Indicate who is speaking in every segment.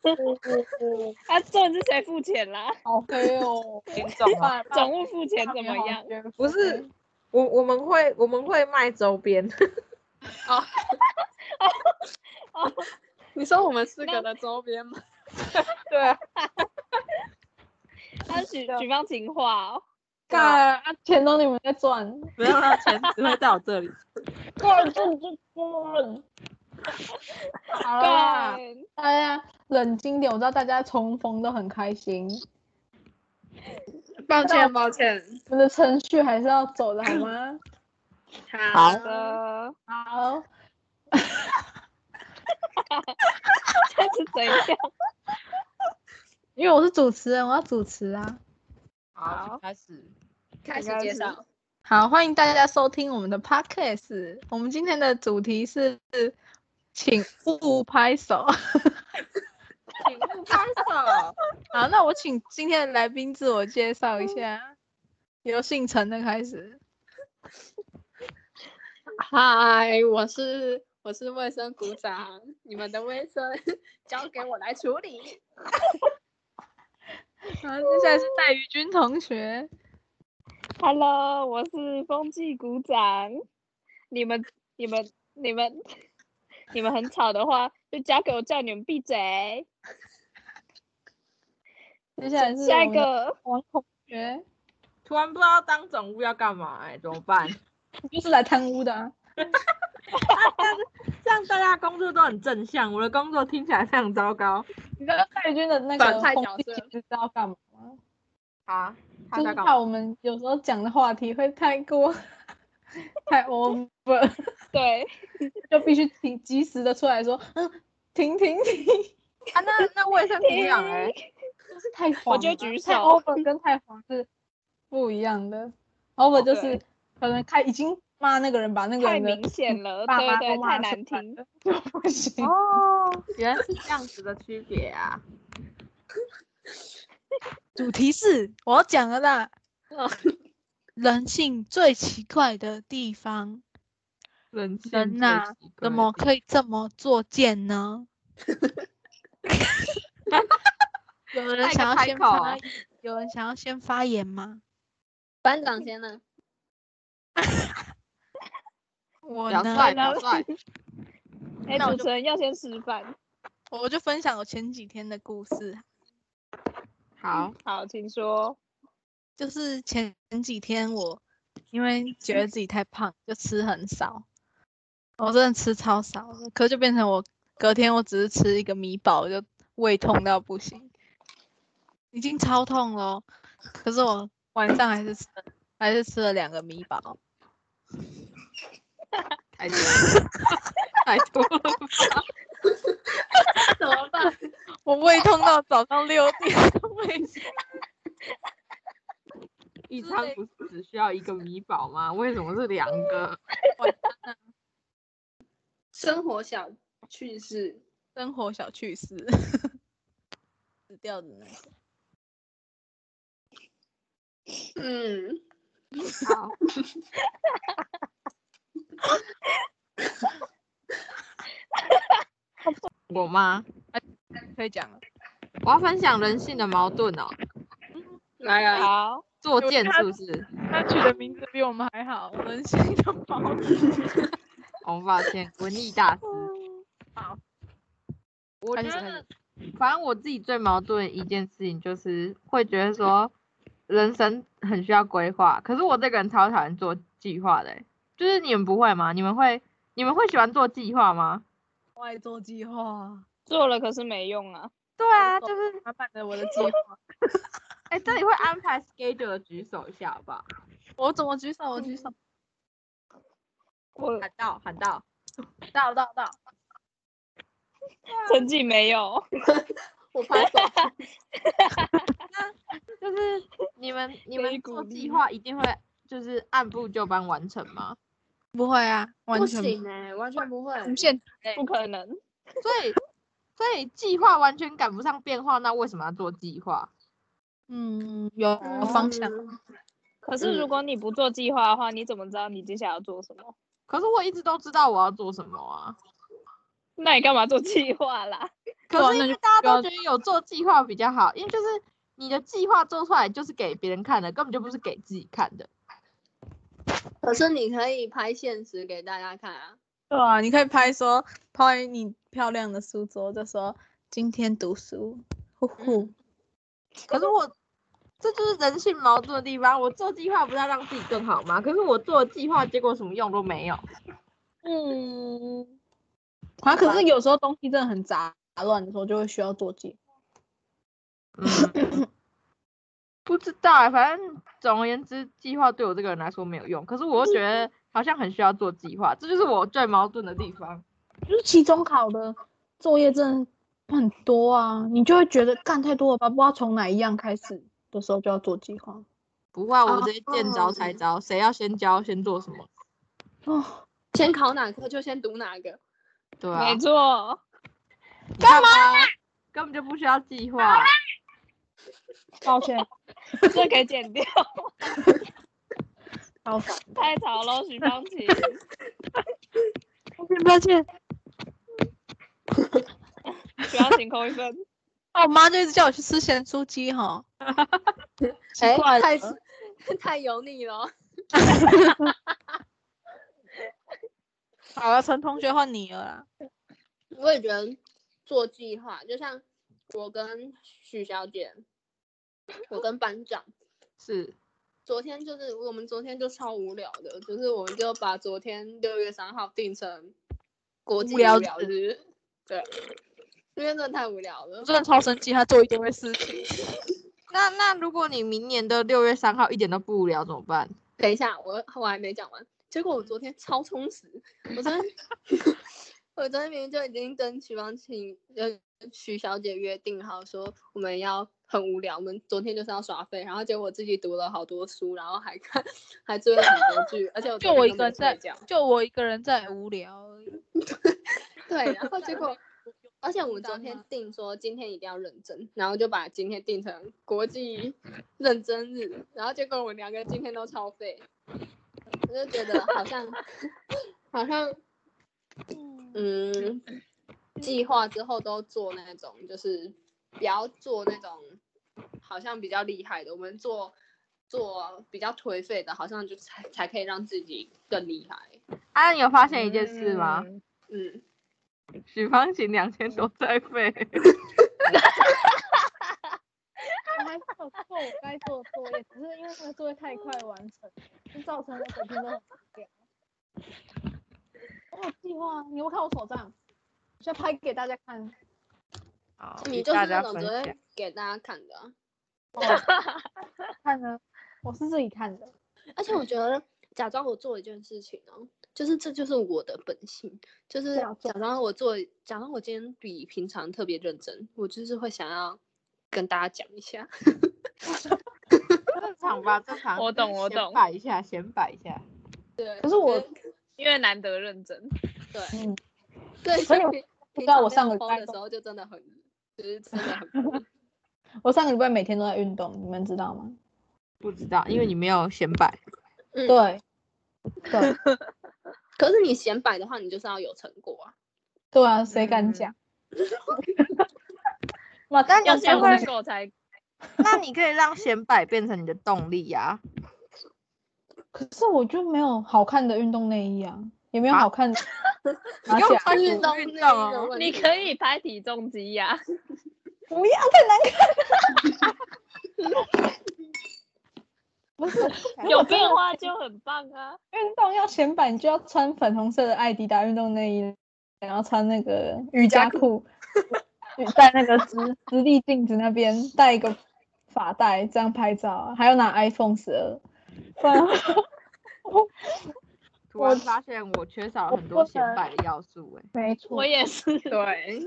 Speaker 1: 啊，重点是谁付钱啦？
Speaker 2: 好黑哦，
Speaker 3: 听众啊，
Speaker 2: 爸爸
Speaker 1: 总务付钱怎么样？？
Speaker 4: 不是，我我们会我们会卖周边，
Speaker 2: 你说我们四个的周边吗？
Speaker 3: 对啊，
Speaker 1: 那许许芳情话 哦，
Speaker 2: 干啊，钱都你们在赚，
Speaker 3: 没有啦，钱只会到我这里。
Speaker 2: 赚赚赚 赚。好
Speaker 5: 啊
Speaker 2: 啦，
Speaker 1: 对，
Speaker 2: 大家冷静点，我知道大家重逢都很开心，
Speaker 5: 抱歉抱歉，
Speaker 2: 我们的程序还是要走的好吗？
Speaker 5: 好，
Speaker 1: 好的，
Speaker 2: 好，
Speaker 1: 他是怎样？啊
Speaker 2: 因为我是主持人，我要主持啊。
Speaker 3: 好，开始。
Speaker 5: 开始介绍。
Speaker 2: 好，欢迎大家收听我们的 podcast。我们今天的主题是，请勿拍手。
Speaker 3: 请勿拍手。
Speaker 2: 好，那我请今天的来宾自我介绍一下，由姓陈的开始。
Speaker 5: 嗨，我是我是卫生股长，你们的卫生 交给我来处理。
Speaker 2: 然后接下来是戴宇君同学。
Speaker 1: Hello，我是风纪股长。你们、你们、你们、你们很吵的话，就交给我叫你们闭嘴。
Speaker 2: 接下来是
Speaker 1: 下一
Speaker 2: 我们的
Speaker 1: 个，
Speaker 2: 王同学，
Speaker 4: 突然不知道当总务要干嘛、哎， 怎么办？
Speaker 2: 你就是来贪污的、啊。
Speaker 4: 这样大家工作都很正向，我的工作听起来非常糟糕
Speaker 2: 你知道戴宇君的那
Speaker 5: 反
Speaker 2: 个
Speaker 5: 派
Speaker 2: 红
Speaker 5: 角
Speaker 2: 利
Speaker 5: 色
Speaker 2: 其实是要干嘛吗？
Speaker 4: 啊！他
Speaker 2: 就
Speaker 4: 在
Speaker 2: 是
Speaker 4: 干嘛？
Speaker 2: 怕我们有时候讲的话题会太过 太 over，
Speaker 1: 对，
Speaker 2: 就必须及及时的出来说，嗯，停停停，
Speaker 4: 啊，那那卫生局长哎、
Speaker 2: 就是太黄了。
Speaker 1: 我就举
Speaker 2: 太
Speaker 1: 手。
Speaker 2: over 跟太黄是不一样的，over 就是可能他已经骂那个人，把那个
Speaker 1: 哦太
Speaker 2: 人的
Speaker 1: 明显了，
Speaker 2: 爸
Speaker 1: 对
Speaker 2: 妈
Speaker 1: 对，
Speaker 2: 都骂
Speaker 1: 太难
Speaker 2: 出来
Speaker 1: 听。
Speaker 2: 了，就不行。
Speaker 4: 哦，原来是这样子的区别啊！
Speaker 2: 主题是我要讲 了啦
Speaker 5: 嗯，
Speaker 2: 人性最奇怪的地方，
Speaker 4: 人性
Speaker 2: 人
Speaker 4: 最
Speaker 2: 呐
Speaker 4: 奇怪
Speaker 2: 怎么可以这么作贱呢？ 有人
Speaker 4: 个
Speaker 2: 想要
Speaker 4: 开
Speaker 2: 先
Speaker 4: 口
Speaker 1: 啊
Speaker 2: 发言，有人想要先发言吗？
Speaker 5: 班长先呢？
Speaker 2: 我
Speaker 3: 表
Speaker 2: 呢
Speaker 3: 率，表率。
Speaker 1: 哎，
Speaker 2: 那我
Speaker 1: 主
Speaker 2: 就
Speaker 1: 持人要先示范。
Speaker 2: 我就分享我前几天的故事，
Speaker 4: 好？
Speaker 1: 好，请说。
Speaker 2: 就是前几天我因为觉得自己太胖，就吃很少，我真的吃超少的，可是就变成我隔天我只是吃一个米堡，我就胃痛到不行，已经超痛了哦，可是我晚上还是吃了还是吃了两个米堡，
Speaker 3: 太多了， 太多了。
Speaker 5: 怎么办？
Speaker 2: 我胃痛到早上六点 都没醒，
Speaker 4: 一餐不是只需要一个米堡吗？为什么是两个？
Speaker 5: 生活小趣事，
Speaker 2: 生活小趣事，死掉的那种。
Speaker 5: 嗯，
Speaker 4: 好， 我吗？
Speaker 2: 可以讲了，
Speaker 4: 我要分享人性的矛盾哦，
Speaker 5: 来啊，
Speaker 1: 好，
Speaker 4: 作贱是不是？
Speaker 2: 他取的名字比我们还好，人性的矛盾。
Speaker 4: 我哦抱歉，文艺大师。
Speaker 2: 好，
Speaker 4: 我
Speaker 2: 开
Speaker 4: 觉
Speaker 2: 始开
Speaker 4: 得，反正我自己最矛盾的一件事情就是会觉得说，人生很需要规划，可是我这个人超讨厌做计划的欸、就是你们不会吗？你们会，你们会喜欢做计划吗？
Speaker 2: 外做计划，
Speaker 1: 做了可是没用啊。
Speaker 4: 对啊，就是
Speaker 2: 麻烦了我的计划。
Speaker 4: 哎、这里会安排 schedule 的举手一下，好不好？
Speaker 2: 我怎么举手？我举手。
Speaker 1: 我
Speaker 4: 喊到，喊到，
Speaker 2: 到到到，
Speaker 1: 成绩没 有，
Speaker 5: 我 拍 手。
Speaker 4: 就是你们你
Speaker 1: 被
Speaker 4: 们
Speaker 1: 鼓
Speaker 4: 做计
Speaker 1: 励
Speaker 4: 划一定会就是按部就班完成吗？
Speaker 2: 不会啊，完
Speaker 5: 不
Speaker 2: 全
Speaker 5: 行哎，完全不会。
Speaker 2: 无限。
Speaker 1: 不可能。
Speaker 4: 所以所以计划完全赶不上变化，那为什么要做计划？
Speaker 2: 嗯，有
Speaker 5: 嗯
Speaker 2: 方向。
Speaker 1: 可是如
Speaker 5: 嗯
Speaker 1: 果你不做计划的话，你怎么知道你接下来要做什么？
Speaker 4: 可是我一直都知道我要做什么啊。
Speaker 1: 那你干嘛做计划啦？
Speaker 2: 对啊
Speaker 4: 可是
Speaker 2: 那
Speaker 4: 因
Speaker 2: 就
Speaker 4: 为大家
Speaker 2: 不要
Speaker 4: 都觉得有做计划比较好，因为就是你的计划做出来就是给别人看的，根本就不是给自己看的。
Speaker 5: 可是你可以拍现实给大家看啊。
Speaker 2: 对啊，你可以拍说拍你漂亮的书桌，就说今天读书，呼呼。
Speaker 5: 嗯
Speaker 4: 可是我这就是人性矛盾的地方。我做计划不是要让自己更好吗？可是我做的计划结果什么用都没有。
Speaker 2: 嗯，啊，可是有时候东西真的很杂乱的时候，就会需要做记。
Speaker 4: 嗯不知道欸，反正总而言之，计划对我这个人来说没有用。可是我又觉得好像很需要做计划，这就是我最矛盾的地方。
Speaker 2: 就是期中考的作业真的很多啊，你就会觉得干太多了吧，不知道从哪一样开始的时候就要做计划。
Speaker 4: 不会啊，我直接见招拆招，谁要先教先做什么？
Speaker 2: 哦，
Speaker 5: 先考哪科就先读哪个，
Speaker 4: 对啊
Speaker 1: 没，错，
Speaker 4: 干嘛？根本就不需要计划。
Speaker 2: 抱歉，
Speaker 1: 这可以剪掉，
Speaker 2: 好
Speaker 5: 哎
Speaker 2: 烦，
Speaker 1: 太吵了，许芳 琪。
Speaker 2: 抱歉，抱歉。
Speaker 1: 许芳琪扣一分。
Speaker 2: 啊，我妈就一直叫我去吃咸酥鸡哈，奇
Speaker 5: 哎、
Speaker 2: 怪了，
Speaker 5: 太太油腻了哦。
Speaker 2: 好了，陈同学换你了啦。
Speaker 5: 我也觉得做计划，就像我跟许小姐，我跟班长，
Speaker 4: 是，
Speaker 5: 昨天就是我们昨天就超无聊的，就是我们就把昨天六月三号定成国际
Speaker 2: 无聊
Speaker 5: 无聊日，对，因为真的太无聊了
Speaker 2: 我。真的超生气，她做一堆事情。
Speaker 4: 那那如果你明年的六月三号一点都不无聊怎么办？
Speaker 5: 等一下，我我还没讲完。结
Speaker 2: 嗯
Speaker 5: 果我昨天超充实，我昨天我昨天明明就已经跟徐芳晴呃徐小姐约定好说我们要很无聊，我们昨天就是要耍废，然后结果我自己读了好多书，然后还看还追了很多剧，而且我
Speaker 2: 就我一个
Speaker 5: 个
Speaker 2: 人在，就我一个人在无聊而已。
Speaker 5: 对，然后 结果，而且我们昨天定说今天一定要认真，然后就把今天定成国际认真日，然后结果我们两个今天都超废，我就觉得好像 好像嗯，计划之后都做那种，就是不要做那种好像比较厉害的，我们做做比较颓废的，好像就才才可以让自己更厉害，
Speaker 4: 啊，你有发现一件事吗？
Speaker 1: 嗯？
Speaker 5: 嗯。
Speaker 4: 许芳琴两千多在费，
Speaker 2: 我还是有做我该做的作业，只是因为那个作业太快完成，就造成我整天都很无聊。我有计划，啊你有没有看我手账？我现在拍给大家看。
Speaker 4: 好
Speaker 5: 你
Speaker 4: 与
Speaker 5: 就是
Speaker 4: 大家
Speaker 5: 那种
Speaker 4: 分
Speaker 5: 只会
Speaker 4: 享。
Speaker 5: 给大家看的啊、
Speaker 2: 看呢，我是自己看的。
Speaker 5: 而且我觉得假装我做一件事情哦，就是这就是我的本性，就是
Speaker 2: 对啊
Speaker 5: 假装我做，假装我今天比平常特别认真，我就是会想要跟大家讲一下。
Speaker 4: 正常吧，正常。
Speaker 1: 我
Speaker 4: 就是
Speaker 1: 懂我
Speaker 4: 先
Speaker 1: 懂
Speaker 4: 摆一下，先摆一下。
Speaker 5: 对，
Speaker 2: 可是我
Speaker 1: 因为难得认真，
Speaker 5: 对，
Speaker 2: 嗯
Speaker 5: 对，
Speaker 2: 所以
Speaker 5: 像
Speaker 2: 我
Speaker 5: 平
Speaker 2: 不
Speaker 5: 平
Speaker 2: 知道
Speaker 5: 常
Speaker 2: 我
Speaker 5: 没
Speaker 2: 上
Speaker 5: 有
Speaker 2: 个礼
Speaker 5: PO
Speaker 2: 拜
Speaker 5: 的
Speaker 2: 都
Speaker 5: 时候就真的很，就是真的 很不
Speaker 2: 我上个礼拜每天都在运动，你们知道吗？
Speaker 4: 不知道，因为你没有显摆。
Speaker 5: 嗯
Speaker 2: 对，对，
Speaker 5: 可是你显摆的话，你就是要有成果啊。
Speaker 2: 对啊，谁敢
Speaker 1: 嗯
Speaker 2: 讲？马丹
Speaker 1: 要
Speaker 2: 要
Speaker 1: 先
Speaker 2: 讲
Speaker 1: 问够才
Speaker 4: 那你可以让显摆变成你的动力呀、
Speaker 2: 可是我就没有好看的运动内衣啊，也没有
Speaker 4: 啊
Speaker 2: 好看的马
Speaker 4: 你给我
Speaker 2: 甲
Speaker 4: 穿
Speaker 2: 裤
Speaker 4: 运
Speaker 5: 运动啊
Speaker 4: 运动
Speaker 5: 内衣的
Speaker 4: 哦
Speaker 2: 啊
Speaker 5: 问
Speaker 1: 你
Speaker 5: 题
Speaker 1: 可以拍体重机呀、
Speaker 2: 不要太难看。不是，如
Speaker 1: 有
Speaker 2: 果真
Speaker 1: 变
Speaker 2: 的
Speaker 1: 化就很棒啊！
Speaker 2: 运动要显摆，你就要穿粉红色的艾迪达运动内衣，然后穿那个瑜伽裤，在那个直 直立镜子那边戴一个发带，这样拍照啊，还要拿 iPhone 十 二。不然
Speaker 4: 突然发现我缺少了很
Speaker 2: 我
Speaker 4: 多
Speaker 2: 不
Speaker 4: 显
Speaker 2: 能
Speaker 4: 摆的要素、欸，
Speaker 2: 没 错，
Speaker 1: 我也是，
Speaker 5: 对，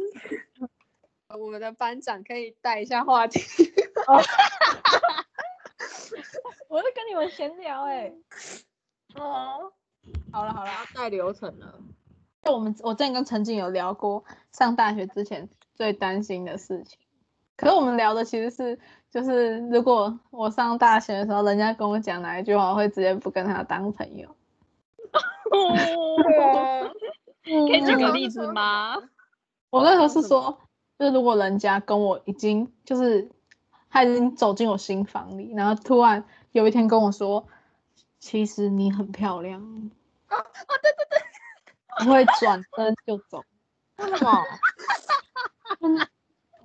Speaker 5: 我们的班长可以带一下话题。
Speaker 2: 我在跟你们闲聊哎、
Speaker 5: 哦，
Speaker 2: 好了好了，
Speaker 4: 带流程了。
Speaker 2: 就我们我之前跟陈静有聊过上大学之前最担心的事情，可是我们聊的其实是就是如果我上大学的时候，人家跟我讲哪一句话，我会直接不跟他当朋友。
Speaker 1: 哦
Speaker 5: 对啊，
Speaker 1: 可以举
Speaker 5: 那时
Speaker 4: 啊
Speaker 1: 个
Speaker 5: 候
Speaker 1: 例
Speaker 5: 是
Speaker 1: 子
Speaker 5: 说
Speaker 1: 吗？
Speaker 2: 我那时候是说，就是如果人家跟我已经就是他已经走进我心房里，然后突然有一天跟我说，其实你很漂亮，哦，对对对，我会转身就走。
Speaker 4: 为什么？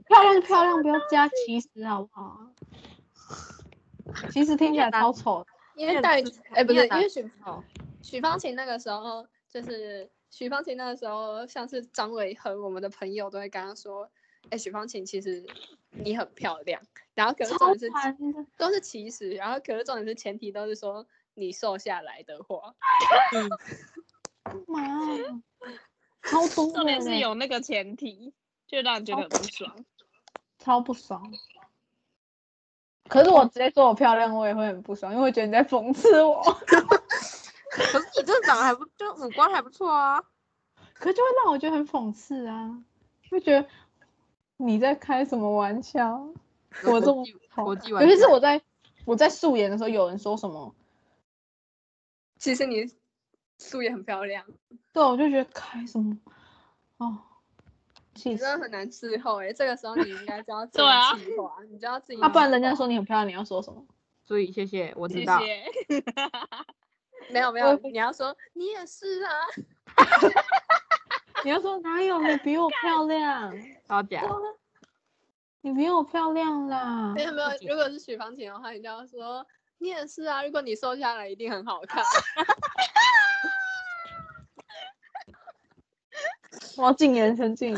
Speaker 2: 漂亮漂亮，不要 加其实好不好？其实听起来超丑的，
Speaker 5: 因
Speaker 3: 你
Speaker 5: 为
Speaker 3: 很
Speaker 5: 戴
Speaker 3: 自
Speaker 5: 哎不
Speaker 3: 你
Speaker 5: 是，
Speaker 3: 很
Speaker 5: 因
Speaker 3: 难
Speaker 5: 为许
Speaker 3: 哦
Speaker 5: 许芳琴那个时候就是许芳琴那个时候，像是张伟恒我们的朋友都会跟他说，哎、许芳琴其实你很漂亮，然后可是重
Speaker 2: 超
Speaker 5: 点是
Speaker 2: 烦的。
Speaker 5: 都是其实，然后可是重点是前提都是说你瘦下来的话，
Speaker 2: 妈，超多
Speaker 1: 重点
Speaker 2: 的
Speaker 1: 是
Speaker 2: 嘞，
Speaker 1: 有那个前提，就让人觉得很不
Speaker 4: 哦
Speaker 1: 爽。
Speaker 2: 超不爽。可是我直接说我漂亮，我也会很不爽，因为我觉得你在讽刺我，
Speaker 4: 可是你真的长得还不，就五官还不错啊。
Speaker 2: 可就会让我觉得很讽刺啊，就觉得你在开什么玩笑？我这么丑，
Speaker 4: 国际玩
Speaker 2: 尤
Speaker 4: 家，
Speaker 2: 其是我在我在素颜的时候，有人说什么，
Speaker 5: 其实你素也很漂亮，
Speaker 2: 对我就觉得开什么，哦，气
Speaker 5: 你
Speaker 2: 死
Speaker 5: 真的很难伺候哎、这个时候你应该知道自己
Speaker 1: 对啊
Speaker 5: 计划，你知道自己
Speaker 2: 啊，不然人家说你很漂亮，你要说什么？
Speaker 4: 所以谢谢，我
Speaker 1: 谢
Speaker 4: 知道。
Speaker 1: 谢。
Speaker 5: 没有没有，你要说你也是啊，
Speaker 2: 你要说哪有你比我漂亮，
Speaker 4: 超假，
Speaker 2: 你比我漂亮啦
Speaker 5: 没！有没有
Speaker 4: 自，己
Speaker 5: 如果是许芳琴的话，你就要说你也是啊，如果你瘦下来一定很好看。
Speaker 2: 我要禁言成禁，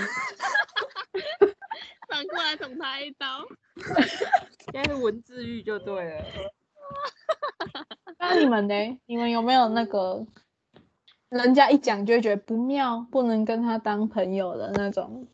Speaker 1: 反过来捅他一刀。
Speaker 4: 现在是文字狱就对了。
Speaker 2: 那你们呢？你们有没有那个，人家一讲就会觉得不妙，不能跟他当朋友的那种